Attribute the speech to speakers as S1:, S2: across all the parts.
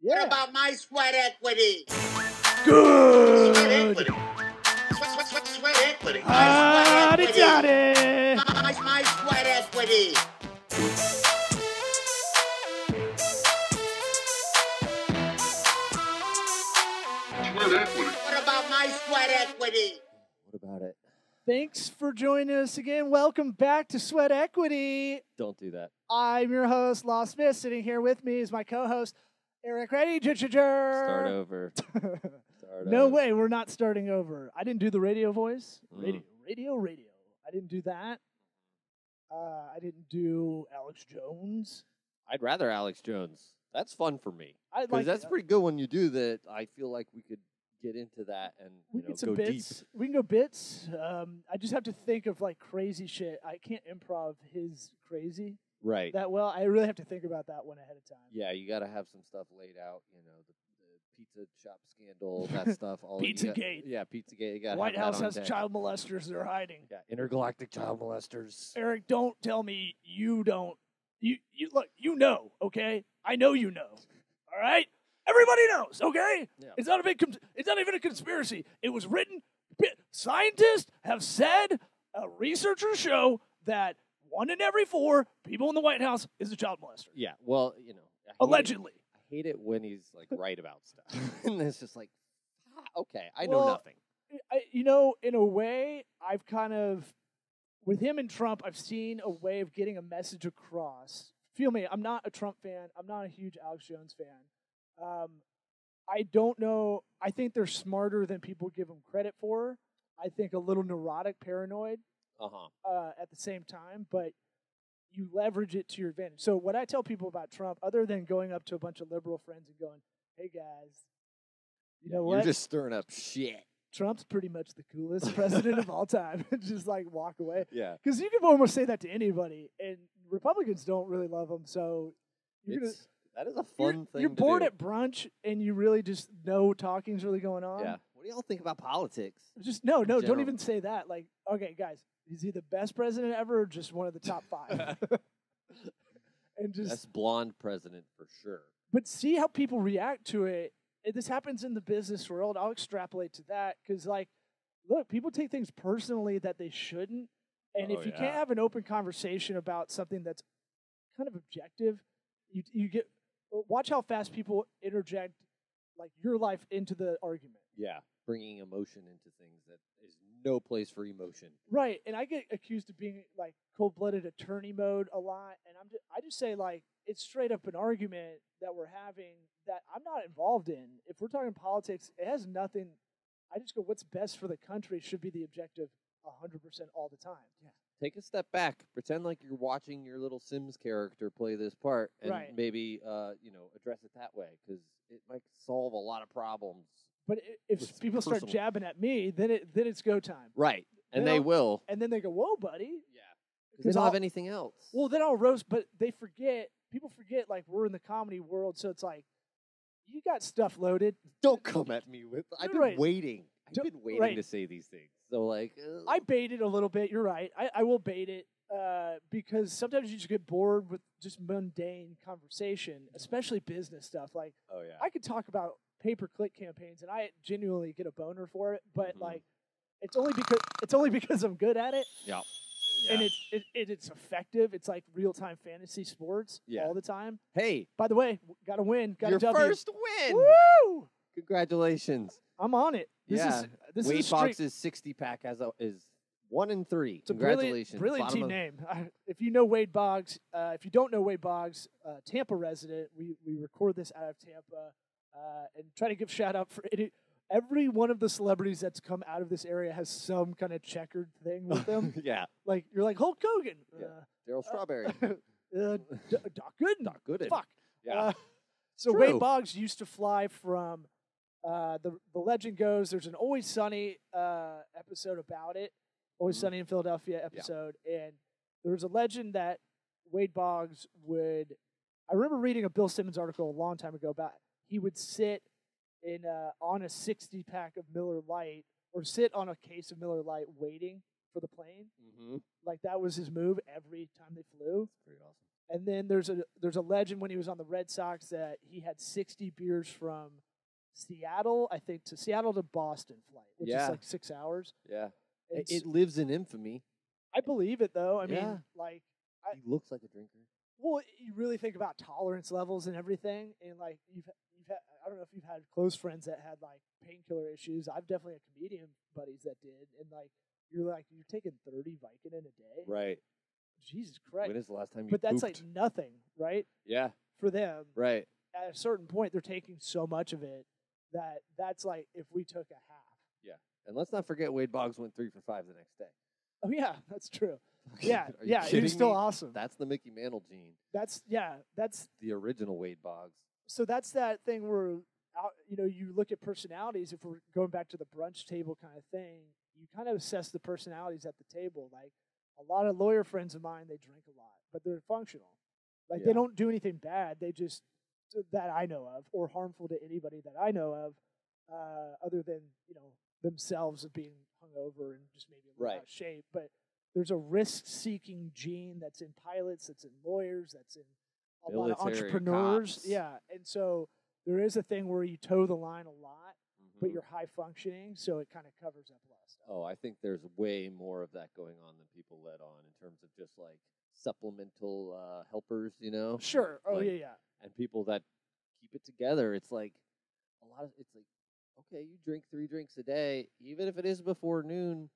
S1: What
S2: Yeah.
S1: about my sweat equity? Sweat
S2: Good.
S1: equity. Sweat, sweat, sweat, sweat equity. My
S2: Howdy,
S1: sweat equity.
S2: howdy.
S1: My, my sweat equity. What about my sweat equity?
S3: What about it?
S2: Thanks for joining us again. Welcome back to Sweat Equity.
S3: Don't do that.
S2: I'm your host, Law Smith. Sitting here with me is my co-host, Eric Reddy.
S3: Start
S2: Start
S3: over. Start
S2: Uh, No
S3: over.
S2: way, we're not starting over. I didn't do the radio voice.
S3: Mm.
S2: Radio, radio, radio. I didn't do that. Uh, I didn't do Alex Jones.
S3: I'd rather Alex Jones. That's fun for me
S2: I
S3: because
S2: like
S3: that's pretty good when you do that. I feel like we could get into that and
S2: We
S3: you
S2: can
S3: know,
S2: get some
S3: go
S2: bits.
S3: deep.
S2: We can go bits. Um, I just have to think of like crazy shit. I can't improv his crazy
S3: Right.
S2: that well. I really have to think about that one ahead of time.
S3: yeah, you got to have some stuff laid out. You know, the, the pizza shop scandal, that stuff. All you got-
S2: Pizzagate.
S3: Yeah, PizzaGate. You got
S2: White House has
S3: deck.
S2: child molesters. They're hiding.
S3: Yeah, intergalactic child molesters.
S2: Eric, don't tell me you don't. You you look, you know, okay? I know you know. All right? Everybody knows, okay?
S3: Yeah.
S2: It's not a big cons- it's not even a conspiracy. It was written bi- scientists have said uh, researchers show that one in every four people in the White House is a child molester.
S3: Yeah. Well, you know, I hate it-
S2: Allegedly.
S3: I hate it when he's like right about stuff, and it's just like, ah, okay, I know
S2: Well,
S3: nothing.
S2: I, you know, in a way, I've kind of, with him and Trump, I've seen a way of getting a message across. Feel me, I'm not a Trump fan. I'm not a huge Alex Jones fan. Um, I don't know. I think they're smarter than people give them credit for. I think a little neurotic, paranoid
S3: Uh huh.
S2: uh, at the same time, but you leverage it to your advantage. So what I tell people about Trump, other than going up to a bunch of liberal friends and going, "Hey guys, you know what?
S3: You're just stirring up shit.
S2: Trump's pretty much the coolest president of all time. just like walk away.
S3: Yeah.
S2: Because you can almost say that to anybody, and Republicans don't really love him. So you're, gonna,
S3: It's, that is a
S2: you're-
S3: fun thing.
S2: you're
S3: to
S2: bored
S3: do.
S2: at brunch, and you really just no talking's really going on.
S3: Yeah. What do y'all think about politics?
S2: Just no, no, don't
S3: general.
S2: even say that. Like, okay, guys, is he the best president ever, or just one of the top five? and just
S3: That's blonde president for sure.
S2: but see how people react to it. And this happens in the business world. I'll extrapolate to that because, like, look, people take things personally that they shouldn't. And
S3: Oh,
S2: if you
S3: yeah.
S2: can't have an open conversation about something that's kind of objective, you you get watch how fast people interject like your life into the argument.
S3: Yeah. Bringing emotion into things that is no place for emotion.
S2: Right, and I get accused of being like cold-blooded attorney mode a lot, and I'm just, I just say like it's straight up an argument that we're having that I'm not involved in. If we're talking politics, it has nothing. I just go, what's best for the country should be the objective, hundred percent all the time. Yeah.
S3: Take a step back. Pretend like you're watching your little Sims character play this part, and
S2: Right.
S3: maybe uh, you know address it that way because it might solve a lot of problems.
S2: But i- if
S3: It's
S2: people start
S3: personal.
S2: jabbing at me, then it then it's go time,
S3: Right. And
S2: They
S3: they
S2: don't-
S3: will.
S2: and then they go, whoa, buddy.
S3: Yeah. Because they don't
S2: I'll-
S3: have anything else.
S2: Well, then I'll roast, but they forget. People forget like we're in the comedy world, so it's like you got stuff loaded.
S3: don't come at me with. I've
S2: You're
S3: been
S2: right.
S3: waiting. I've
S2: Don't-
S3: been waiting
S2: right.
S3: to say these things. So like, uh,
S2: I bait it a little bit. You're right. I, I will bait it uh, because sometimes you just get bored with just mundane conversation, especially business stuff. Like
S3: oh yeah.
S2: I could talk about pay per click campaigns, and I genuinely get a boner for it. But
S3: Mhm.
S2: like, it's only because it's only because I'm good at it,
S3: yeah.
S2: and it's it, it, it's effective. It's like real time fantasy sports
S3: Yeah.
S2: all the time.
S3: hey,
S2: By the way, got to win. Got
S3: your
S2: a W.
S3: first win.
S2: Woo!
S3: Congratulations.
S2: I'm on it. This is
S3: Yeah.
S2: this
S3: Wade
S2: is a streak.
S3: Fox's 60 pack has a, is one in three.
S2: It's a
S3: Congratulations.
S2: brilliant, brilliant
S3: Bottom
S2: team
S3: of-
S2: name. I, if you know Wade Boggs, uh, if you don't know Wade Boggs, uh, Tampa resident, we, we record this out of Tampa uh, and try to give shout out for any, every one of the celebrities that's come out of this area has some kind of checkered thing with them.
S3: yeah.
S2: like you're like Hulk Hogan,
S3: Daryl Strawberry.
S2: uh, uh, D- Doc Gooden,
S3: Not good at
S2: fuck.
S3: Yeah.
S2: Uh, so
S3: True.
S2: Wade Boggs used to fly from uh, the the legend goes. There's an Always Sunny uh, episode about it. Always
S3: Mhm.
S2: Sunny in Philadelphia episode, and there was a legend that Wade Boggs would. I remember reading a Bill Simmons article a long time ago about he would sit in uh, on a 60 pack of Miller Lite or sit on a case of Miller Lite waiting for the plane.
S3: Mhm.
S2: Like that was his move every time they flew.
S3: Pretty awesome.
S2: And then there's a there's a legend when he was on the Red Sox that he had 60 beers from Seattle, I think, to Seattle to Boston flight, which
S3: Yeah.
S2: is like six hours.
S3: Yeah. It,
S2: It's,
S3: it lives in infamy.
S2: I believe it though. I
S3: Yeah.
S2: mean, like, I-
S3: He looks like a drinker.
S2: well, you really think about tolerance levels and everything, and like you've you've had, I don't know if you've had close friends that had like painkiller issues. I've definitely had comedian buddies that did, and like you're like you're taking 30 Vicodin a day.
S3: Right.
S2: Jesus Christ.
S3: When is the last time you
S2: but that's
S3: pooped?
S2: like nothing, right?
S3: Yeah.
S2: For them,
S3: Right.
S2: at a certain point, they're taking so much of it that that's like if we took a half.
S3: And let's not forget Wade Boggs went three for five the next day.
S2: Oh yeah, that's true. Yeah,
S3: Are you
S2: yeah, he
S3: kidding
S2: was still
S3: me?
S2: awesome.
S3: That's the Mickey Mantle gene,
S2: That's yeah, that's
S3: the original Wade Boggs.
S2: so that's that thing where out, you know you look at personalities. If we're going back to the brunch table kind of thing, you kind of assess the personalities at the table. Like a lot of lawyer friends of mine, they drink a lot, but they're functional. Like
S3: Yeah.
S2: they don't do anything bad. They just uh, that I know of, or harmful to anybody that I know of, uh, other than you know themselves of being hungover and just maybe a little
S3: Right.
S2: out of shape. But there's a risk-seeking gene that's in pilots, that's in lawyers, that's in a lot of
S3: Military,
S2: entrepreneurs.
S3: cops.
S2: Yeah, and so there is a thing where you toe the line a lot,
S3: Mm-hmm.
S2: but you're high functioning, so it kind of covers up a lot of stuff.
S3: oh, I think there's way more of that going on than people let on in terms of just like supplemental uh, helpers, you know,
S2: Sure. Oh
S3: Like-
S2: yeah, yeah.
S3: and people that keep it together. It's like a lot of it's like okay, you drink three drinks a day, even if it is before noon.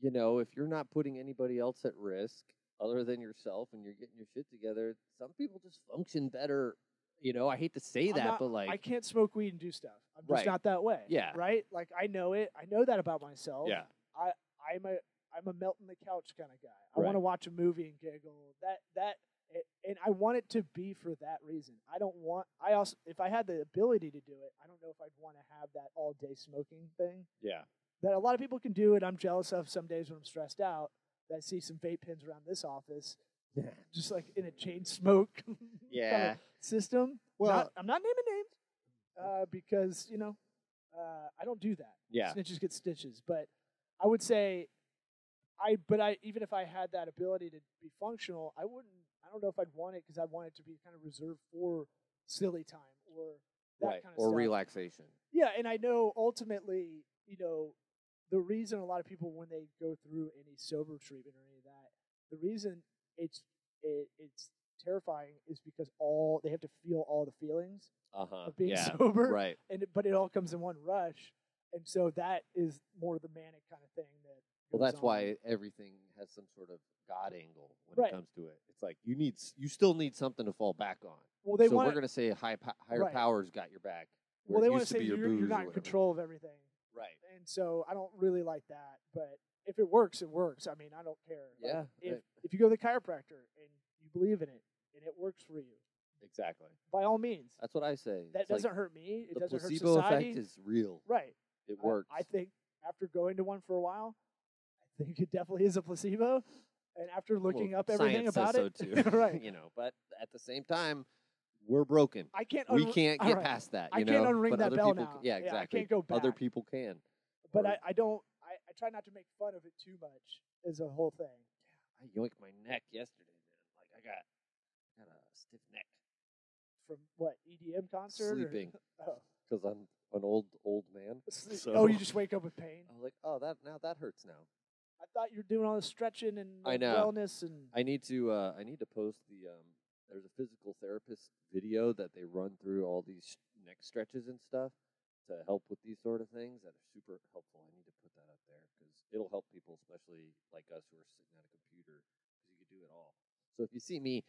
S3: You know, if you're not putting anybody else at risk other than yourself, and you're getting your shit together, some people just function better. You know, I hate to say
S2: I'm
S3: that,
S2: not-
S3: but like,
S2: I can't smoke weed and do stuff. I'm just
S3: Right.
S2: not that way.
S3: Yeah.
S2: Right. Like I know it. I know that about myself.
S3: Yeah.
S2: I I'm a I'm a melt in the couch kind of guy. I want to
S3: Right.
S2: watch a movie and giggle. That that it, and I want it to be for that reason. I don't want. I also if I had the ability to do it, I don't know if I'd want to have that all day smoking thing.
S3: Yeah.
S2: That a lot of people can do it. I'm jealous of some days when I'm stressed out. That I see some vape pens around this office,
S3: Yeah.
S2: just like in a chain smoke. kinda
S3: Yeah.
S2: system. Well,
S3: Well-
S2: I'm not naming names uh, because you know uh, I don't do that.
S3: Yeah.
S2: Snitches get stitches. But I would say, I but I even if I had that ability to be functional, I wouldn't. I don't know if I'd want it because I want it to be kind of reserved for silly time or that
S3: right.
S2: kind of
S3: or
S2: stuff.
S3: relaxation.
S2: Yeah, and I know ultimately, you know, the reason a lot of people when they go through any sober treatment or any of that, the reason it's it, it's terrifying is because all they have to feel all the feelings
S3: Uh huh.
S2: of being
S3: yeah.
S2: sober,
S3: Right.
S2: and it- but it all comes in one rush, and so that is more the manic kind of thing that.
S3: Well,
S2: goes
S3: that's why
S2: on.
S3: everything has some sort of God angle when
S2: Right.
S3: it comes to it. It's like you need, s- you still need something to fall back on.
S2: Well, they
S3: so
S2: want.
S3: we're going to say high, po- higher
S2: Right.
S3: powers got your back. where
S2: well, they
S3: it
S2: want to
S3: used
S2: say
S3: to be your
S2: you're, you're
S3: booze or
S2: not in
S3: whatever.
S2: control of everything,
S3: Right.
S2: and so I don't really like that. But if it works, it works. I mean, I don't care. Like,
S3: Yeah.
S2: if
S3: right.
S2: if you go to the chiropractor and you believe in it and it works for you,
S3: Exactly.
S2: by all means,
S3: That's what I say.
S2: that
S3: It's like
S2: doesn't hurt me. It
S3: the
S2: doesn't hurt
S3: placebo
S2: society.
S3: effect is real.
S2: right.
S3: It
S2: I-
S3: works.
S2: I, think after going to one for a while, I think it definitely is a placebo. And after
S3: Well,
S2: looking up everything
S3: science
S2: about
S3: says
S2: it,
S3: so too.
S2: right?
S3: you know, but at the same time, we're broken.
S2: I can't.
S3: we
S2: unr-
S3: can't
S2: all
S3: get
S2: right.
S3: past that.
S2: I
S3: You
S2: can't
S3: know?
S2: unring
S3: but
S2: that
S3: other
S2: bell
S3: people,
S2: now.
S3: Yeah,
S2: Yeah, I can't
S3: exactly.
S2: go
S3: Other
S2: back.
S3: people can.
S2: But
S3: or-
S2: I, I don't. I, I try not to make fun of it too much. Is a whole thing.
S3: I yoinked my neck yesterday, man. Like I got, I got a stiff neck.
S2: From what EDM concert? or-
S3: Sleeping
S2: oh.
S3: because I'm an old old man.
S2: Sleep-
S3: So-
S2: oh, you just wake up with pain.
S3: I was like, oh, that now that hurts now.
S2: I thought you were doing all the stretching and
S3: I
S2: like,
S3: know.
S2: wellness and
S3: I need to uh, I need to post the um. There's a physical therapist video that they run through all these sh- neck stretches and stuff to help with these sort of things that are super helpful. I need to put that up there because it'll help people, especially like us who are sitting at a computer, because you can do it all. So if you see me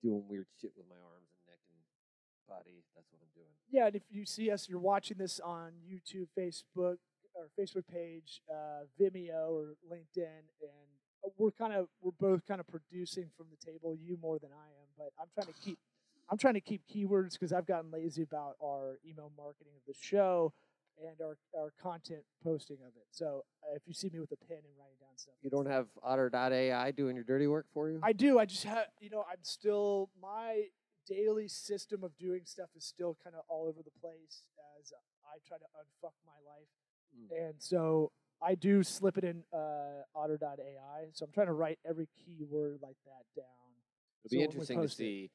S3: doing weird shit with my arms and neck and body, that's what I'm doing.
S2: Yeah, and if you see us, you're watching this on YouTube, Facebook, our Facebook page, uh, Vimeo, or LinkedIn, and we're kind of we're both kind of producing from the table. You more than I am, but I'm trying to keep I'm trying to keep keywords because I've gotten lazy about our email marketing of the show and our our content posting of it. So uh, if you see me with a pen and writing down stuff,
S3: You
S2: that's-
S3: don't have otter.ai doing your dirty work for you?
S2: I do. I just have, you know, I'm still my daily system of doing stuff is still kind of all over the place as I try to unfuck my life,
S3: Mm.
S2: and so I do slip it in uh, Otter.ai. So I'm trying to write every keyword like that down
S3: It'll be
S2: So when we
S3: interesting to
S2: post it-
S3: see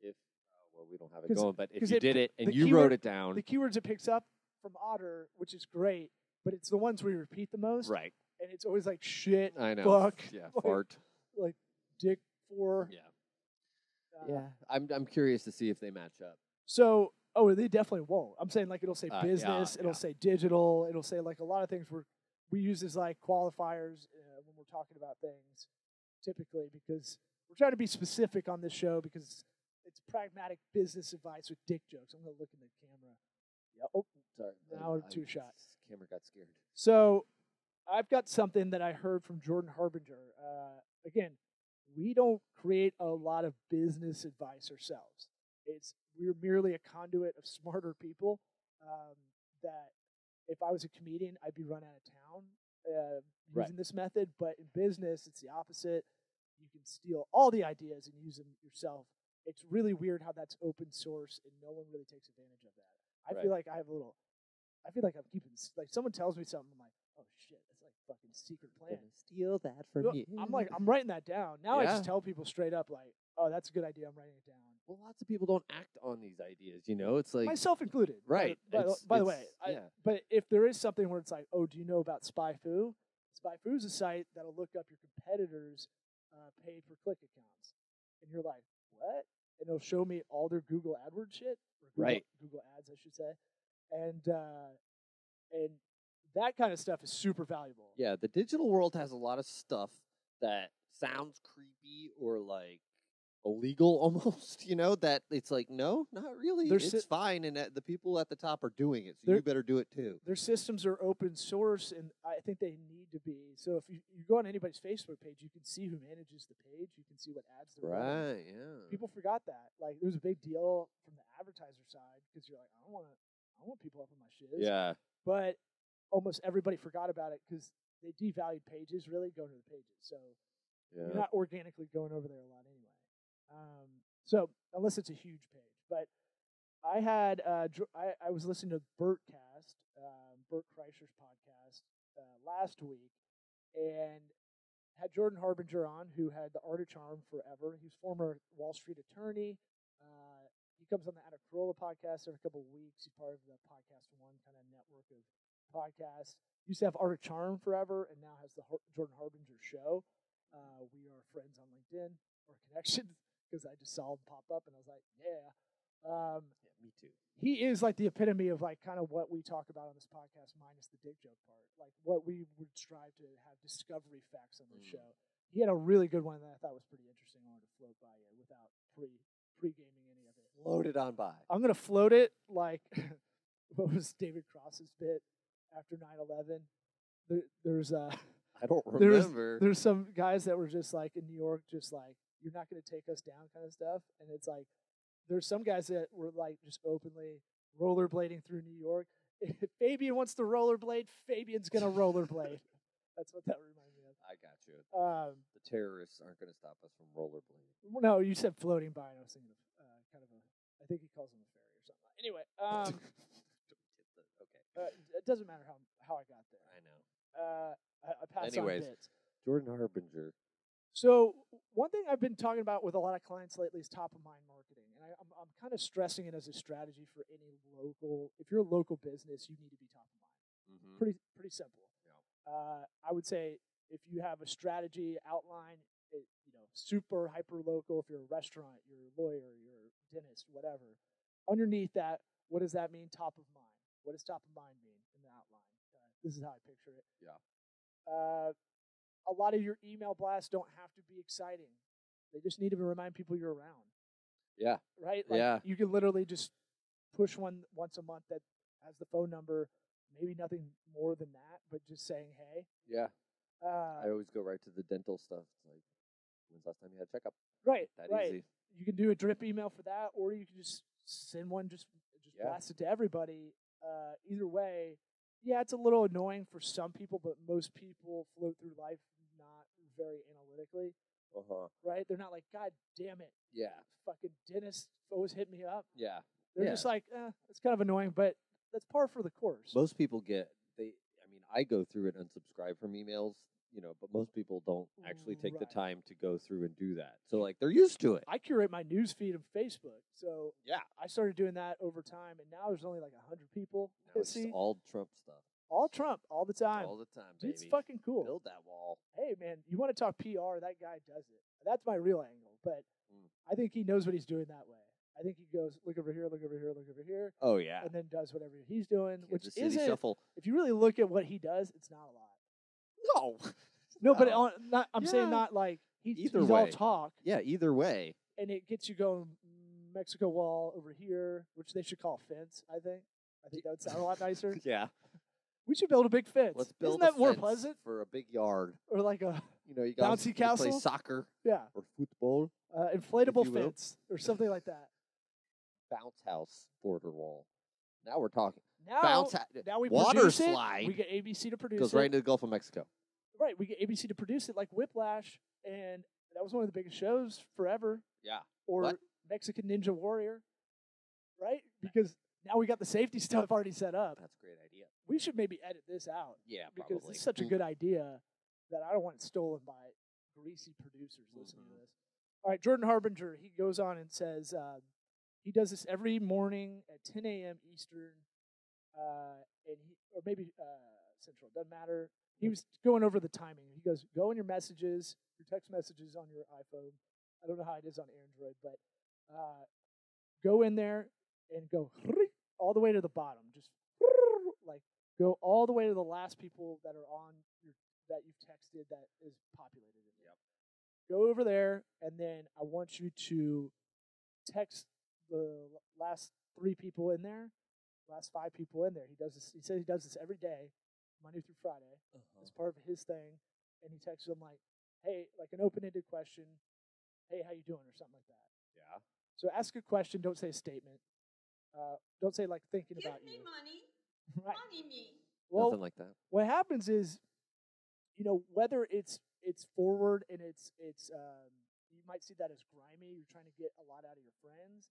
S3: if uh, well we don't have it
S2: 'Cause-
S3: going, but if
S2: 'cause
S3: you
S2: it
S3: did
S2: pi-
S3: it and
S2: the
S3: you
S2: keyword-
S3: wrote it down,
S2: the keywords it picks up from Otter, which is great, but it's the ones we repeat the most,
S3: right?
S2: and it's always like shit,
S3: I know.
S2: fuck,
S3: Yeah,
S2: like,
S3: fart.
S2: dick, for.
S3: Yeah,
S2: uh,
S3: yeah. I'm I'm curious to see if they match up.
S2: So, oh, they definitely won't. I'm saying like it'll say
S3: Uh, yeah,
S2: business, it'll
S3: yeah.
S2: say digital, it'll say like a lot of things we we use as like qualifiers uh, when we're talking about things, typically because we're trying to be specific on this show because it's pragmatic business advice with dick jokes. I'm gonna look in the camera. Yeah. Oh,
S3: Sorry,
S2: Now
S3: I'm-
S2: a two
S3: I'm-
S2: shot.
S3: Camera got scared.
S2: So I've got something that I heard from Jordan Harbinger. Uh, again, we don't create a lot of business advice ourselves. It's we're merely a conduit of smarter people. Um, that if I was a comedian, I'd be run out of town uh,
S3: Right.
S2: using this method. But in business, it's the opposite. You can steal all the ideas and use them yourself. It's really weird how that's open source and no one really takes advantage of that. I feel like I have a little I feel like I'm keeping s- like someone tells me something, I'm like, oh shit, that's like fucking secret plan.
S3: steal that from
S2: No, I'm like, I'm writing that down. Now I
S3: Yeah.
S2: just tell people straight up, like, oh, that's a good idea. I'm writing it down,
S3: well, lots of people don't act on these ideas. You know, it's like
S2: myself included. by the-
S3: right.
S2: uh, By, the-
S3: it's-
S2: by the way,
S3: it's-
S2: I,
S3: yeah,
S2: but if there is something where it's like, oh, do you know about SpyFu? SpyFu is a site that'll look up your competitors' uh, paid per click accounts, and you're like, what? And it'll show me all their Google AdWords shit, or Google,
S3: Right.
S2: Google Ads, I should say, and uh, and that kind of stuff is super valuable.
S3: yeah. The digital world has a lot of stuff that sounds creepy or like illegal almost. You know, that it's like no, not really.
S2: There's
S3: it's
S2: si-
S3: fine, and that the people at the top are doing it, so
S2: There-
S3: you better do it too.
S2: their systems are open source and i think they need to be so if you, you go on anybody's facebook page you can see who manages the page you can see what ads they're running.
S3: Right. Yeah.
S2: people forgot that like it was a big deal from the advertiser side because you're like i don't want to i don't want people up on my shiz
S3: yeah.
S2: but almost everybody forgot about it because they devalued pages really going to the pages so
S3: Yeah.
S2: you're not organically going over there a lot anyway. Um, so unless it's a huge page, but I had uh, Dr- I, I was listening to Bertcast, um, Bert Kreischer's podcast uh, last week, and had Jordan Harbinger on, who had the art of charm forever. He's former Wall Street attorney. Uh, he comes on the Adam Carolla podcast every couple of weeks. He's part of the Podcast One kind of network of podcasts. Used to have Art of Charm forever, and now has the Har- Jordan Harbinger show. Uh, we are friends on LinkedIn or connections because I just saw him pop up, and I was like, yeah. Um,
S3: Yeah, me too.
S2: he is like the epitome of like kind of what we talk about on this podcast minus the dick joke part like what we would strive to have discovery facts on this
S3: Mm.
S2: show he had a really good one that i thought was pretty interesting i wanted to float by you without pre pre gaming any of it
S3: Loaded on by.
S2: i'm gonna float it like what was david cross's bit after 9-11 there, there's uh
S3: I don't
S2: There was-
S3: remember.
S2: there's some guys that were just like in New York, just like you're not going to take us down, kind of stuff. And it's like there's some guys that were like just openly rollerblading through New York. If Fabian wants to rollerblade, Fabian's going to rollerblade. That's what that reminded me
S3: I got you.
S2: of. Um,
S3: The terrorists aren't going to stop us from rollerblading.
S2: no, you said floating by, and I was thinking of uh, kind of a. I think he calls him a fairy or something. Anyway, um,
S3: okay.
S2: uh, it doesn't matter how how I got there.
S3: I know.
S2: Uh, I, I passed
S3: Anyways.
S2: on bits.
S3: Jordan Harbinger.
S2: So one thing I've been talking about with a lot of clients lately is top of mind marketing, and I, I'm I'm kind of stressing it as a strategy for any local. If you're a local business, you need to be top of mind.
S3: Mm-hmm.
S2: Pretty pretty simple. Uh, I would say if you have a strategy outline, it, you know, super hyper local. If you're a restaurant, you're a lawyer, you're a dentist, whatever. Underneath that, what does that mean? Top of mind. What does top of mind mean in the outline? Uh, this is how I picture it.
S3: Yeah.
S2: Uh, a lot of your email blasts don't have to be exciting. They just need to remind people you're around
S3: Yeah.
S2: right? Like
S3: Yeah.
S2: you can literally just push one once a month that has the phone number, maybe nothing more than that, but just saying, hey.
S3: Yeah. I
S2: Uh,
S3: always go right to the dental stuff. It's like, when's the last time you had a checkup?
S2: right,
S3: That
S2: right.
S3: easy.
S2: You can do a drip email for that, or you can just send one, just just
S3: Yeah.
S2: blast it to everybody. Uh, either way, yeah, it's a little annoying for some people, but most people float through life not very analytically,
S3: Uh huh.
S2: right? They're not like, God damn it,
S3: Yeah.
S2: fucking Dennis always hit me up.
S3: Yeah.
S2: They're
S3: Yeah.
S2: just like, eh, it's kind of annoying, but that's par for the course.
S3: Most people get, they, I mean, I go through and unsubscribe from emails, you you know, but most people don't actually take
S2: Right.
S3: the time to go through and do that. So like they're used to it.
S2: I curate my news feed of Facebook, so
S3: Yeah.
S2: I started doing that over time, and now there's only like hundred people
S3: Now
S2: that
S3: it's just
S2: see all,
S3: all Trump stuff.
S2: Trump all the time.
S3: All the time, baby.
S2: Dude's fucking cool.
S3: Build that wall.
S2: hey man, you want to talk PR? That guy does it. That's my real angle, but
S3: Mm.
S2: I think he knows what he's doing that way. I think he goes look over here, look over here, look over here,
S3: Oh yeah.
S2: and then does whatever he's doing,
S3: Kansas
S2: which
S3: City
S2: isn't.
S3: Shuffle.
S2: If you really look at what he does, it's not a lot.
S3: No.
S2: No, but
S3: No.
S2: on, not, I'm saying
S3: Yeah.
S2: not like he,
S3: Either
S2: he's all
S3: way.
S2: talk,
S3: Yeah. Either way.
S2: and it gets you going. "Mm, Mexico Wall over here, which they should call fence. I think. I think that would sound a lot nicer.
S3: Yeah.
S2: We should build a big fence.
S3: Let's build.
S2: Isn't
S3: a
S2: that more
S3: fence
S2: pleasant?
S3: for a big yard?
S2: Or like a
S3: You know, you guys
S2: Bouncy
S3: you can play
S2: castle?
S3: soccer
S2: yeah,
S3: or football.
S2: uh, inflatable
S3: you will.
S2: fence or something like that.
S3: Bounce house border wall. Now we're talking.
S2: Now,
S3: bounce ha-
S2: Oh, now we
S3: water
S2: produce
S3: slide
S2: It. We get ABC to produce
S3: goes
S2: it. Oh,
S3: right into the Gulf of Mexico.
S2: right, we get ABC to produce it like Whiplash, and that was one of the biggest shows forever.
S3: Yeah.
S2: Or
S3: What?
S2: Mexican Ninja Warrior, right? Because now we got the safety stuff already set up.
S3: That's a great idea.
S2: We should maybe edit this out
S3: Yeah,
S2: because it's such a
S3: Hmm.
S2: good idea that I don't want it stolen by greasy producers listening
S3: Mhm.
S2: to this. All right, Jordan Harbinger, he goes on and says um, he does this every morning at 10 a.m. Eastern, uh, and he, or maybe uh, Central, doesn't matter. He was going over the timing. He goes, go in your messages, your text messages on your iPhone. I don't know how it is on Android, but uh, go in there and go all the way to the bottom. Just like go all the way to the last people that are on your that you've texted that is populated. In there. Go over there, and then I want you to text the l- last three people in there, last five people in there. He does this. He says he does this every day, Monday through Friday. It's part of his thing, and he texts them like, "Hey, like an open-ended question. Hey, how you doing?" or something like that.
S3: Yeah.
S2: So ask a question. Don't say a statement. Uh, don't say like thinking
S1: Give
S2: about
S1: me
S2: you.
S1: money,
S2: Right.
S1: money me.
S2: Well,
S3: Nothing like that.
S2: what happens is, you know, whether it's it's forward and it's it's um, you might see that as grimy. You're trying to get a lot out of your friends.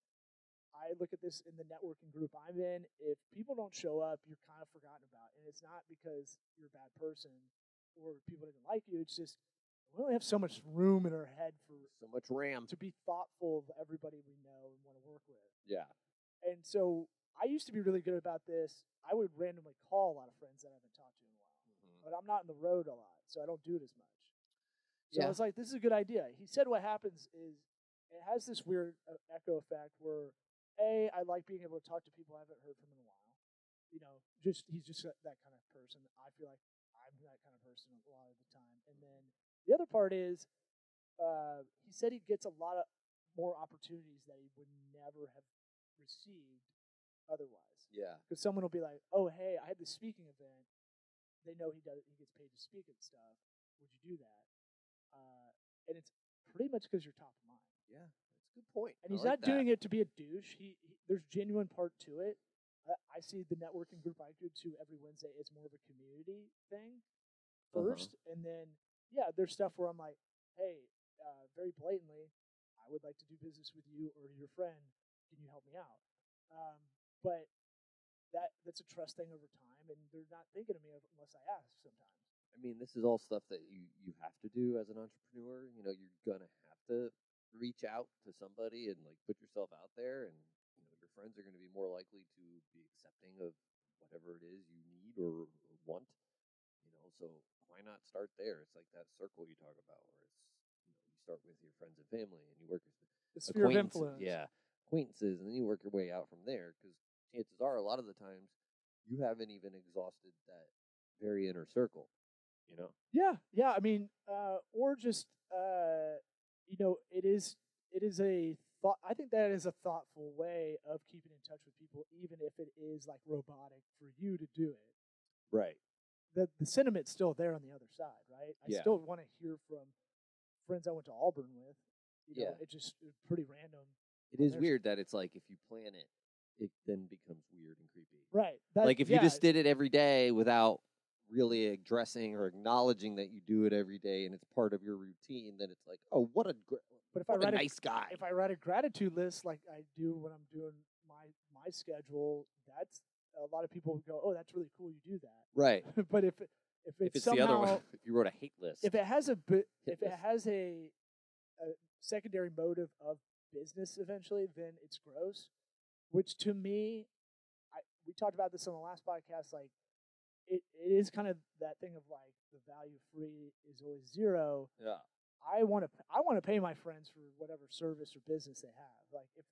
S2: I look at this in the networking group I'm in. If people don't show up, you're kind of forgotten about, and it's not because you're a bad person or people didn't like you. It's just we only have so much room in our head for
S3: So much RAM.
S2: to be thoughtful of everybody we know and want to work with.
S3: Yeah.
S2: And so I used to be really good about this. I would randomly call a lot of friends that I haven't talked to in a while,
S3: Mm-hmm.
S2: but I'm not on the road a lot, so I don't do it as much. So
S3: Yeah.
S2: I was like, this is a good idea. He said what happens is it has this weird uh, echo effect where A, I like being able to talk to people I haven't heard from in a while. You know, just he's just that that kind of person. I feel like I'm that kind of person a lot of the time. And then the other part is uh, he said he gets a lot of more opportunities that he would never have received otherwise.
S3: Yeah.
S2: Because someone will be like, "Oh, hey, I had this speaking event. They know he does. He gets paid to speak and stuff. Would you do that?" Uh, and it's pretty much because you're top of mind.
S3: Yeah. That's a good point.
S2: And he's not doing it to be a douche. He, he there's genuine part to it. I, I see the networking group I go to every Wednesday is more of a community thing 1st and then yeah, there's stuff where I'm like, hey, uh, very blatantly, I would like to do business with you or your friend. Can you help me out? Um, but that that's a trust thing over time, and they're not thinking of me unless I ask sometimes.
S3: I mean, this is all stuff that you you have to do as an entrepreneur. You know, you're gonna have to reach out to somebody and like put yourself out there, and you know, your friends are gonna be more likely to be accepting of whatever it is you need or, or want. You know, so why not start there? It's like that circle you talk about, where it's you know you start with your friends and family, and you work your
S2: The sphere of influence.
S3: acquaintances- Yeah, acquaintances, and then you work your way out from there. Because chances are, a lot of the times, you haven't even exhausted that very inner circle. You know,
S2: Yeah, yeah. I mean, uh, or just uh, you know, it is it is a thought. I think that is a thoughtful way of keeping in touch with people, even if it is like robotic for you to do it.
S3: right?
S2: The the sentiment's still there on the other side, right? I
S3: Yeah.
S2: still want to hear from friends I went to Auburn with. You know,
S3: Yeah.
S2: it just it's pretty random,
S3: It
S2: Well,
S3: is
S2: there's-
S3: weird that it's like if you plan it, it then becomes weird and creepy.
S2: right? That,
S3: like if
S2: yeah,
S3: you just did it every day without really addressing or acknowledging that you do it every day and it's part of your routine, then it's like, oh, what a gr-
S2: But if I
S3: what a
S2: read
S3: nice guy.
S2: if I write a gratitude list like I do when I'm doing my my schedule, that's a lot of people would go, "Oh, that's really cool. You do that."
S3: right.
S2: but if If
S3: If
S2: it's
S3: it's the other one,
S2: somehow,
S3: if you wrote a hate list,
S2: if it has a bu- if it
S3: Yes.
S2: has a, a secondary motive of business eventually, then it's gross. Which to me, I we talked about this on the last podcast. Like, it, it is kind of that thing of like the value free is always zero.
S3: yeah,
S2: I want to I want to pay my friends for whatever service or business they have. Like if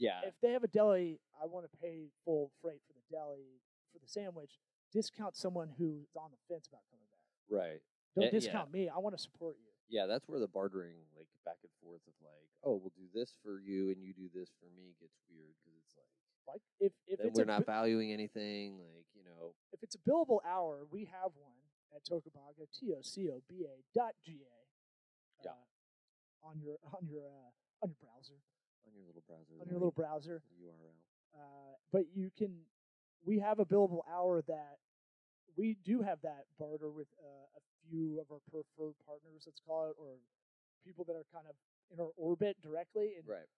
S3: yeah,
S2: if they have a deli, I want to pay full freight for the deli for the sandwich. Discount someone who's on the fence about coming back.
S3: right.
S2: Don't
S3: Yeah, yeah.
S2: discount me. I want to support you.
S3: Yeah, that's where the bartering, like back and forth of like, oh, we'll do this for you and you do this for me, gets weird because it's like
S2: Like if if
S3: then
S2: it's
S3: we're
S2: a
S3: not
S2: bi-
S3: valuing anything. Like you know,
S2: if it's a billable hour, we have one at Tokubaga T O C O B A dot G A.
S3: Yeah.
S2: Uh, on your on your uh, on your browser
S3: on your little browser,
S2: on your
S3: the right
S2: little browser.
S3: URL.
S2: uh, but you can we have a billable hour that we do have that barter with uh, a few of our preferred partners let's call it or people that are kind of in our orbit directly and
S3: Right.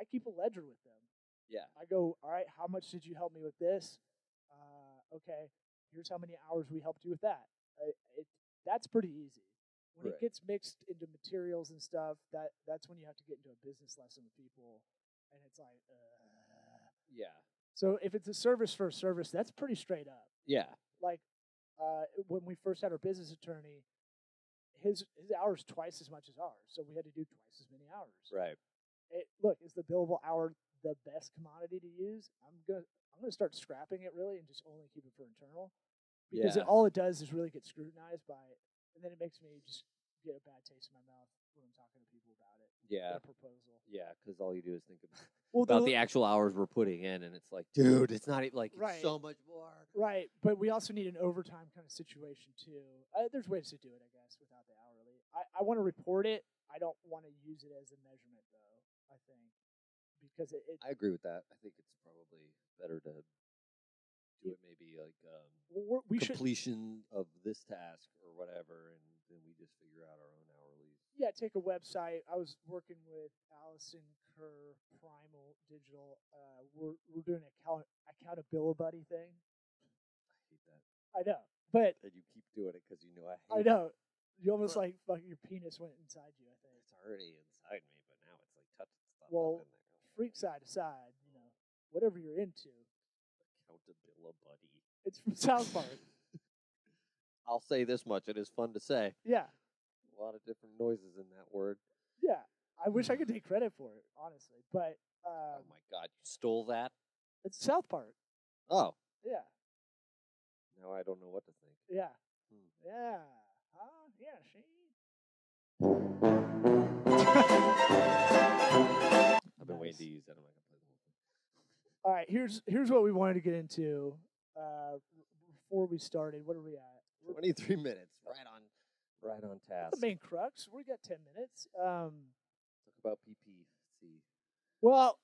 S2: i keep a ledger with them
S3: Yeah.
S2: i go all right how much did you help me with this uh, okay here's how many hours we helped you with that I it, that's pretty easy when
S3: Right.
S2: it gets mixed into materials and stuff that that's when you have to get into a business lesson with people and it's like uh,
S3: Yeah.
S2: so if it's a service for a service, that's pretty straight up.
S3: Yeah.
S2: Like uh, when we first had our business attorney, his his hours twice as much as ours, so we had to do twice as many hours.
S3: Right.
S2: It, look, is the billable hour the best commodity to use? I'm gonna I'm gonna start scrapping it really and just only keep it for internal because
S3: yeah.
S2: it, all it does is really get scrutinized by it, and then it makes me just get a bad taste in my mouth when I'm talking to people about it. A
S3: yeah.
S2: proposal.
S3: Yeah, because all you do is think about,
S2: Well,
S3: about the actual hours we're putting in, and it's like, dude, it's not e- like it's
S2: Right.
S3: so much more.
S2: Right, but we also need an overtime kind of situation too. Uh, there's ways to do it, I guess, without the hourly. I, I want to report it. I don't want to use it as a measurement, though. I think because it, it
S3: I agree with that. I think it's probably better to do it maybe like um,
S2: we're, we should
S3: completion of this task or whatever, and then we just figure out our own hourlies.
S2: yeah take a website. I was working with Allison Kerr Primal Digital. Uh, we're we're doing an account accountability buddy thing.
S3: I hate that.
S2: I know, but
S3: And you keep doing it because you know I
S2: I
S3: hate it.
S2: know you almost
S3: Well-
S2: like like your penis went inside you. I think.
S3: It's already inside me, but now it's like touching stuff.
S2: Well,
S3: up in there. Oh,
S2: Freak side aside, you know, whatever you're into,
S3: accountability buddy.
S2: it's from South Park.
S3: I'll say this much: it is fun to say.
S2: Yeah,
S3: A lot of different noises in that word.
S2: yeah. I wish I could take credit for it, honestly. But um,
S3: oh my god, you stole that.
S2: it's South Park.
S3: Oh,
S2: Yeah,
S3: now I don't know what to think.
S2: yeah,
S3: Hmm.
S2: yeah. Huh? Yeah, she.
S3: I've been waiting to
S2: Nice.
S3: use that. I'm not gonna play the whole thing.
S2: All right, here's here's what we wanted to get into uh, before we started. What are we at? We're at
S3: 23 minutes, right on, right on task.
S2: the main crux. We got ten minutes. Um,
S3: Talk about PPC.
S2: well,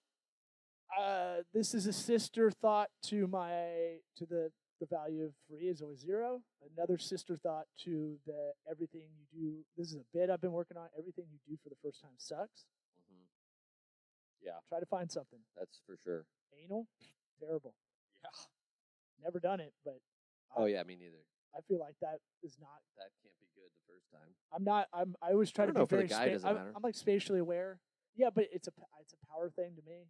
S2: uh, this is a sister thought to my to the the value of free is always zero. Another sister thought to the everything you do. This is a bit I've been working on. Everything you do for the first time sucks.
S3: hmm Yeah,
S2: Try to find something.
S3: that's for sure.
S2: Anal, terrible.
S3: Yeah.
S2: Never done it, but
S3: Oh yeah, me neither.
S2: I feel like that is not.
S3: That can't be good the first time.
S2: I'm not. I'm. I always try
S3: I
S2: to
S3: don't know
S2: be
S3: for the
S2: very.
S3: guy, it doesn't
S2: I'm,
S3: matter.
S2: I'm like spatially aware. Yeah, but it's a p- it's a power thing to me.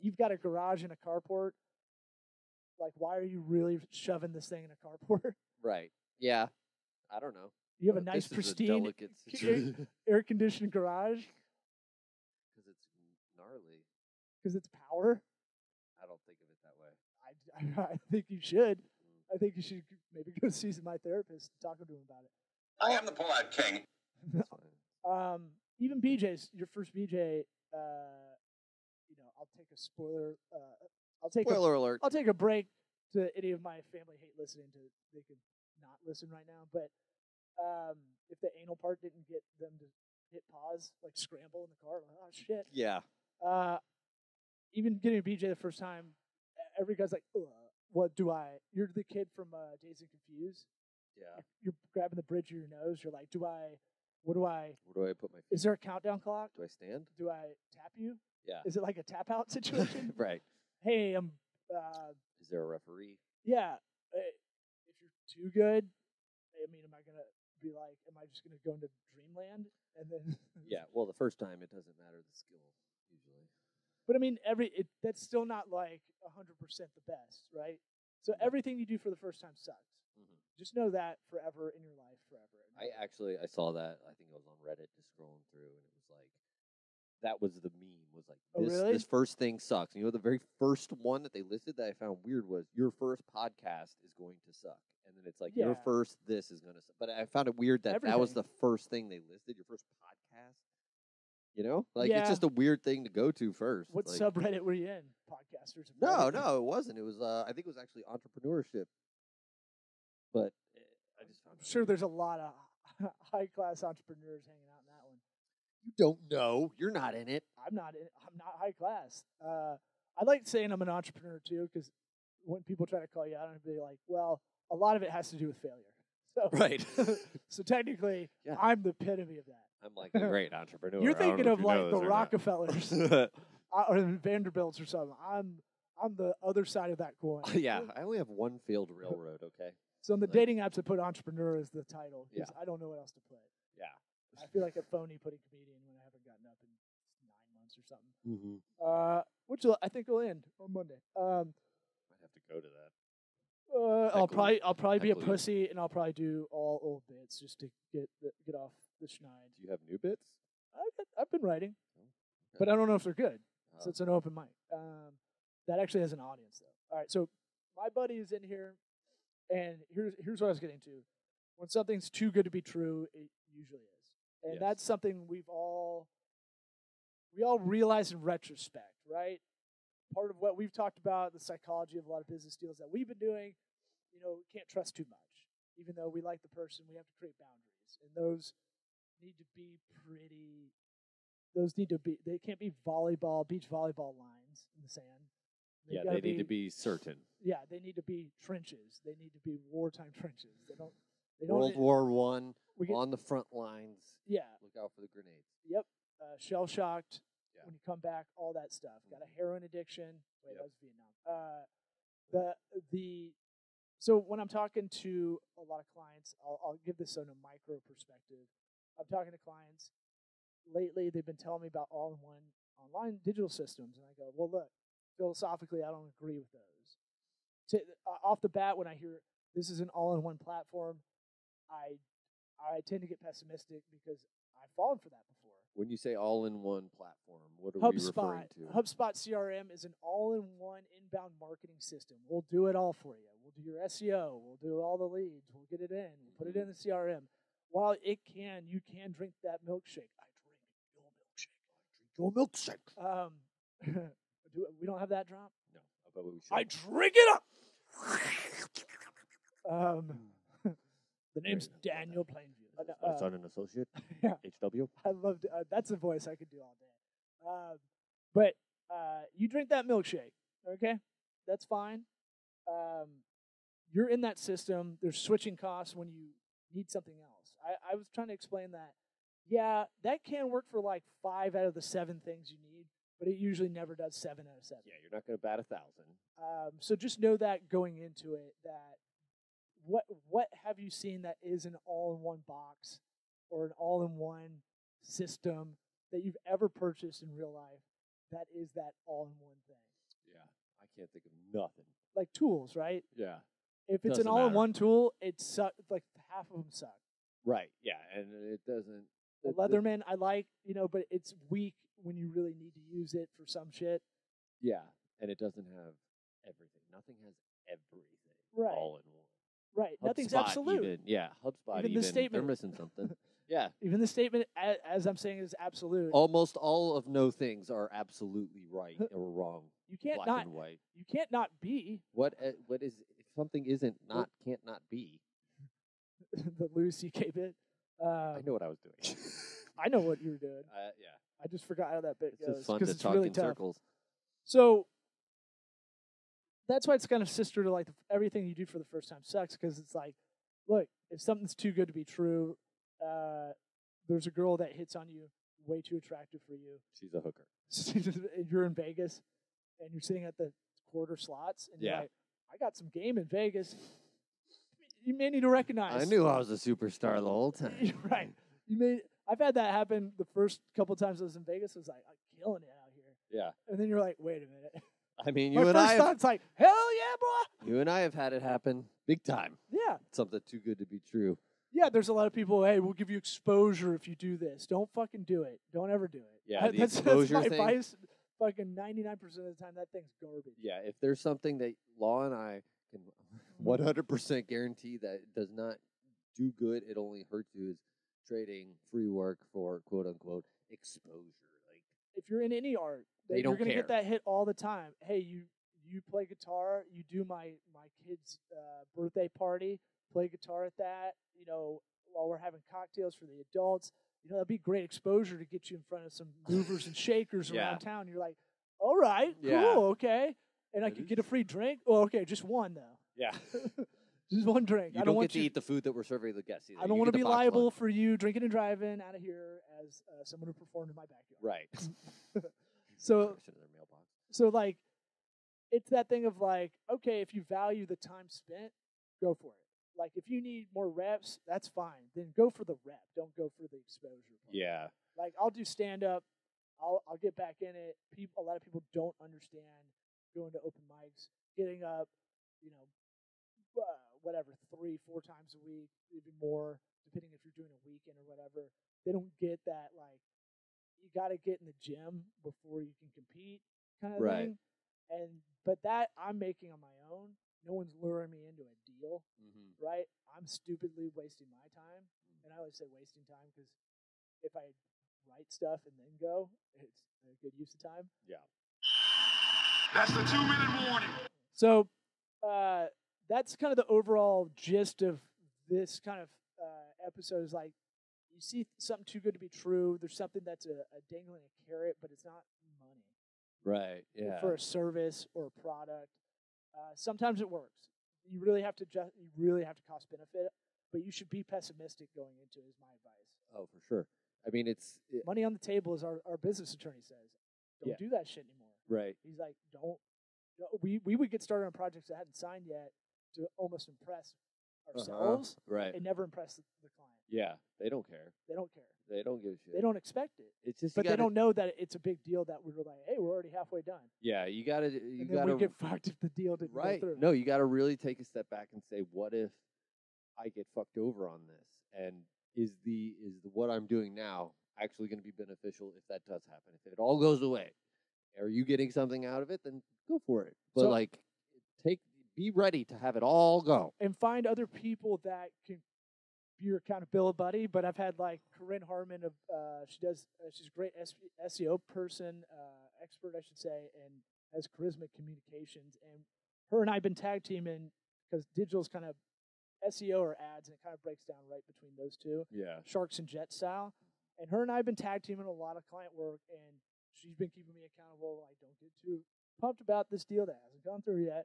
S2: You've got a garage and a carport. Like, why are you really shoving this thing in a carport?
S3: Right. Yeah. I don't know.
S2: You have a
S3: Uh,
S2: nice,
S3: this is
S2: pristine,
S3: delicate
S2: you-
S3: situation
S2: air conditioned garage
S3: because it's gnarly.
S2: because it's power.
S3: I don't think of it that way.
S2: I, I, think you should. I
S3: Mm.
S2: think you should maybe go see my therapist and talk to him about it.
S1: I am the Polite King.
S3: That's fine.
S2: Um, even BJ's your first BJ. Uh, you know, I'll take a spoiler. Uh, I'll take a, Oh,
S3: Spoiler alert.
S2: I'll take a break to any of my family hate listening to. They could not listen right now, but um, if the anal part didn't get them to hit pause, like scramble in the car, like, oh shit.
S3: Yeah.
S2: Uh, even getting a BJ the first time, e- every guy's like, "Ugh, "What do I?" You're the kid from uh, Days and Confused.
S3: Yeah.
S2: You're grabbing the bridge of your nose. You're like, "Do I? What do I?"
S3: Where do I put my feet?
S2: Is there a countdown clock?
S3: Do I stand?
S2: Do I tap you?
S3: Yeah.
S2: Is it like a tap out situation?
S3: right.
S2: hey, I'm. Uh,
S3: Is there a referee?
S2: yeah. eh, If you're too good, I mean, am I gonna be like, am I just gonna go into dreamland and then?
S3: Yeah. Well, the first time it doesn't matter the skill usually.
S2: But I mean, every it, that's still not like hundred percent the best, right? So
S3: Mm-hmm.
S2: everything you do for the first time sucks.
S3: Mhm.
S2: Just know that forever in your life, forever.
S3: I actually I saw that. I think I was on Reddit just scrolling through, and it was like that was the meme was like
S2: Oh,
S3: this,
S2: really?
S3: this first thing sucks. And you know the very first one that they listed that I found weird was your first podcast is going to suck, and then it's like your
S2: Yeah.
S3: first this is going to suck. But I found it weird that that was the
S2: Everything.
S3: first thing they listed. Your first podcast, you know, like
S2: Yeah.
S3: it's just a weird thing to go to first.
S2: what
S3: like-
S2: subreddit were you in? Podcasters. of
S3: No,
S2: Reddit.
S3: no, it wasn't. It was uh, I think it was actually entrepreneurship, but eh, I just found
S2: I'm
S3: it
S2: sure
S3: weird.
S2: there's a lot of high class entrepreneurs hanging out in that one.
S3: you don't know. You're not in it.
S2: I'm not. in- I'm not high class. Uh, I like saying I'm an entrepreneur too, because when people try to call you out, I'm be like, well, a lot of it has to do with failure. So,
S3: Right.
S2: so technically,
S3: Yeah.
S2: I'm the epitome of that.
S3: I'm like a great entrepreneur.
S2: You're
S3: I don't
S2: thinking
S3: know
S2: of
S3: if you know
S2: like the
S3: this or not.
S2: Rockefellers uh, or the Vanderbilts or something. I'm I'm the other side of that coin.
S3: yeah, I only have one failed railroad. Okay.
S2: So on the
S3: Like-
S2: dating apps, I put entrepreneur as the title
S3: Yeah.
S2: because I don't know what else to put.
S3: Yeah.
S2: I feel like a phony putting comedian when I haven't gotten up in nine months or something.
S3: Mm-hmm.
S2: Uh, which will- I think will end on Monday. Um,
S3: I have to go to that.
S2: uh, I'll
S3: Heckle-
S2: probably I'll probably be a
S3: heckle you.
S2: pussy and I'll probably do all old bits just to get the, get off the schneid.
S3: Do you have new bits?
S2: I've, been- I've been writing,
S3: Oh,
S2: but I don't know if they're good.
S3: Oh,
S2: So it's an open mic. Um, that actually has an audience though. All right, so my buddy is in here, and here's here's what I was getting to. When something's too good to be true, it usually is, and
S3: Yes.
S2: that's something we've all we all realize in retrospect, right? Part of what we've talked about, the psychology of a lot of business deals that we've been doing, you know, we can't trust too much. Even though we like the person, we have to create boundaries, and those need to be pretty those need to be they can't be volleyball beach volleyball lines in the sand They've
S3: yeah,
S2: gotta
S3: they need to be certain.
S2: yeah they need to be trenches they need to be wartime trenches they don't they don't
S3: World War One
S2: we get,
S3: on the front lines.
S2: yeah
S3: Look out for the grenades.
S2: uh, shell shocked
S3: Yeah. Mm-hmm.
S2: when you come back all that stuff got a heroin addiction wait
S3: Yep.
S2: that was vietnam uh the the so when i'm talking to a lot of clients i'll, I'll give this on a micro perspective i'm talking to clients lately they've been telling me about all-in-one online digital systems and i go well look philosophically i don't agree with those to, uh, off the bat when i hear this is an all-in-one platform i i tend to get pessimistic because i've fallen for that before
S3: When you say all-in-one platform, what are we
S2: HubSpot.
S3: referring to?
S2: HubSpot CRM is an all-in-one inbound marketing system. We'll do it all for you. We'll do your SEO. We'll do all the leads. We'll get it in. We'll
S3: Mm-hmm.
S2: put it in the CRM. While it can, you can drink that milkshake. I drink
S3: Your milkshake.
S2: your milkshake. Um, do, we don't have that drop.
S3: No, but we should.
S2: I drink it up.
S3: Hmm.
S2: Um, the name's
S3: enough.
S2: Daniel Plainview. Uh, no,
S3: my
S2: uh,
S3: son and associate,
S2: yeah.
S3: HW.
S2: I love to- uh, that's a voice I could do all day. Um, but uh, you drink that milkshake, okay? That's fine. Um, you're in that system. There's switching costs when you need something else. I, I was trying to explain that. Yeah, that can work for like five out of the seven things you need, but it usually never does seven out of seven.
S3: Yeah, you're not going to bat a thousand.
S2: Um, so just know that going into it that what what have you seen that is an all in one box or an all in one system that you've ever purchased in real life that is that all in one thing
S3: Yeah, I can't think of nothing.
S2: like tools right
S3: Yeah.
S2: if it's
S3: Doesn't
S2: an all in one tool it suck like half of them suck
S3: Right. Yeah, and it doesn't.
S2: the
S3: it- it-
S2: leatherman I like you know but it's weak when you really need to use it for some shit
S3: Yeah, and it doesn't have everything. Nothing has everything.
S2: Right.
S3: All in one.
S2: right nothing's
S3: HubSpot
S2: absolute
S3: Even, yeah, HubSpot.
S2: Even
S3: Even,
S2: this
S3: They're
S2: statement.
S3: missing something. yeah.
S2: even the statement as, as I'm saying is absolute
S3: Almost all of no things are absolutely right or wrong,
S2: you can't
S3: black
S2: not
S3: and white.
S2: you can't not be
S3: What uh, what is if something isn't not can't not be?
S2: the Louis C.K. bit. Um, I,
S3: I
S2: know.
S3: know what I was doing.
S2: what you were doing.
S3: uh, yeah,
S2: I just forgot how that bit
S3: it's
S2: goes
S3: just fun to
S2: it's
S3: talk
S2: really
S3: in
S2: tough.
S3: circles.
S2: So that's why it's kind of sister to like the, everything you do for the first time sucks because it's like, look, if something's too good to be true, uh, there's a girl that hits on you way too attractive for you.
S3: She's a hooker.
S2: you're in Vegas and you're sitting at the quarter slots and you're
S3: Yeah.
S2: like, I got some game in Vegas. you may need to recognize.
S3: I knew I was a superstar the whole time.
S2: You're right. You may. I've had that happen the first couple times I was in Vegas. I was like, I'm killing it out here.
S3: Yeah.
S2: And then you're like, wait a minute.
S3: I mean,
S2: My
S3: you and
S2: first
S3: I, have,
S2: thought's like, hell yeah,
S3: you and I have had it happen big time.
S2: boy. Yeah.
S3: Something too good to be true.
S2: Yeah, there's a lot of people. Hey, we'll give you exposure if you do this. Don't fucking do it. Don't ever do it.
S3: Yeah,
S2: That-
S3: the
S2: that's,
S3: exposure
S2: that's my
S3: thing.
S2: advice. Fucking 99 percent of the time, that thing's garbage.
S3: Yeah, if there's something that Law and I can 100% guarantee that it does not do good, it only hurts you is trading free work for quote unquote exposure. Like,
S2: If you're in any art,
S3: They
S2: that you're
S3: don't
S2: gonna get
S3: care.
S2: that hit all the time. Hey, you you play guitar. You do my my kid's uh, birthday party. Play guitar at that. You know, while we're having cocktails for the adults. You know, that'd be great exposure to get you in front of some movers and shakers
S3: Yeah.
S2: around town. You're like, all right,
S3: Yeah.
S2: cool, okay. And I
S3: That
S2: could get a free drink. Well, okay, just one though.
S3: yeah,
S2: Just one drink.
S3: you
S2: I don't
S3: don't, get
S2: want
S3: to
S2: you.
S3: eat the food that we're serving the guests. Either.
S2: I don't
S3: want to
S2: be liable for you drinking and driving out of here as uh, someone who performed in my backyard.
S3: Right.
S2: So,
S3: Crash into their mailbox.
S2: so like, it's that thing of like, okay, if you value the time spent, go for it. Like, if you need more reps, that's fine. Then go for the rep. Don't go for the exposure. part.
S3: Yeah.
S2: Like, I'll do stand up. I'll I'll get back in it. People, a lot of people don't understand going to open mics, getting up, you know, uh, whatever, three, four times a week, maybe more, depending if you're doing a weekend or whatever. They don't get that like you got to get in the gym before you can compete kind of
S3: Right.
S2: thing. And but that I'm making on my own. No one's luring me into a deal,
S3: Mm-hmm.
S2: right? I'm stupidly wasting my time, and I always say wasting time because if I write stuff and then go, it's a good use of time.
S1: That's the two minute warning.
S2: So uh, that's kind of the overall gist of this kind of uh, episode is like you see something too good to be true. There's something that's a, a dangling a carrot, but it's not money
S3: Right. Yeah.
S2: for a service or a product. Uh, sometimes it works. You really have to ju- you really have to cost benefit, but you should be pessimistic going into it. Is my advice.
S3: Oh, for sure. I mean, it's it-
S2: Money on the table, as our, our business attorney says. Don't
S3: Yeah.
S2: do that shit anymore.
S3: right.
S2: He's like, don't. don't- We we would get started on projects that hadn't signed yet to almost impress
S3: Uh-huh.
S2: ourselves
S3: Right.
S2: and never impress the, the client.
S3: Yeah. They don't care.
S2: They don't care.
S3: They don't give a shit.
S2: They don't expect it,
S3: It's just you
S2: but they
S3: gotta-
S2: don't know that it's a big deal that we're like, hey, we're already halfway done,
S3: Yeah, you gotta. You
S2: and then
S3: gotta
S2: we get fucked if the deal didn't
S3: right.
S2: go through.
S3: No, you gotta really take a step back and say, what if I get fucked over on this? And is the is the, what I'm doing now actually going to be beneficial if that does happen? If it all goes away, are you getting something out of it? Then go for it. But
S2: So-
S3: like, take be ready to have it all go.
S2: and find other people that can be your accountability buddy. But I've had like Corinne Harmon of uh, she does uh, she's a great S- SEO person uh, expert I should say and has charisma communications and her and I've been tag teaming because digital's kind of SEO or ads and it kind of breaks down right between those two
S3: Yeah.
S2: uh, sharks and jet style and her and I've been tag teaming a lot of client work and she's been keeping me accountable like don't get too pumped about this deal that hasn't gone through yet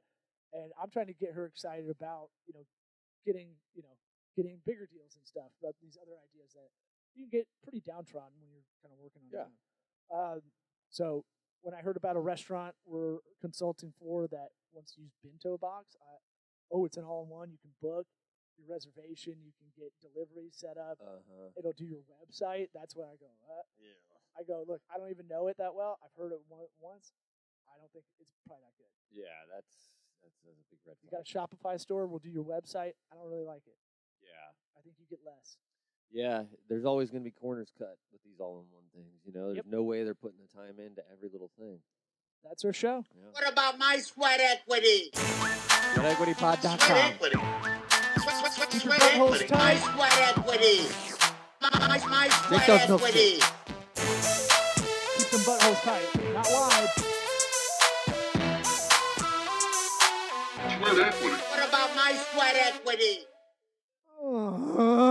S2: and I'm trying to get her excited about you know getting you know getting bigger deals and stuff about these other ideas that you can get pretty downtrodden when you're kind of working on your
S3: Yeah.
S2: own. Um, so when I heard about a restaurant we're consulting for that wants to use bento box, I, oh it's an all-in-one. You can book your reservation, you can get delivery set up,
S3: Uh huh.
S2: it'll do your website. That's when I go. Uh,
S3: Yeah.
S2: I go look. I don't even know it that well. I've heard it one, once. I don't think it's probably that good.
S3: Yeah. That's that's, that's a big red
S2: You got a
S3: flag.
S2: Shopify store. We'll do your website. I don't really like it.
S3: Yeah.
S2: I think you get less.
S3: Yeah, there's always going to be corners cut with these all-in-one things. You know, there's
S2: Yep.
S3: no way they're putting the time into every little thing.
S2: That's our show.
S3: Yeah.
S1: What about my sweat equity?
S3: GetEquityPod.com.
S1: Sweat equity. Sweat, sweat, sweat,
S2: Keep your
S1: sweat
S2: buttholes
S1: equity. My
S2: tight.
S1: sweat equity. My, my, my sweat
S3: those notes
S1: equity.
S2: Keep some buttholes tight, not wide.
S1: What about my sweat equity?
S2: Ugh.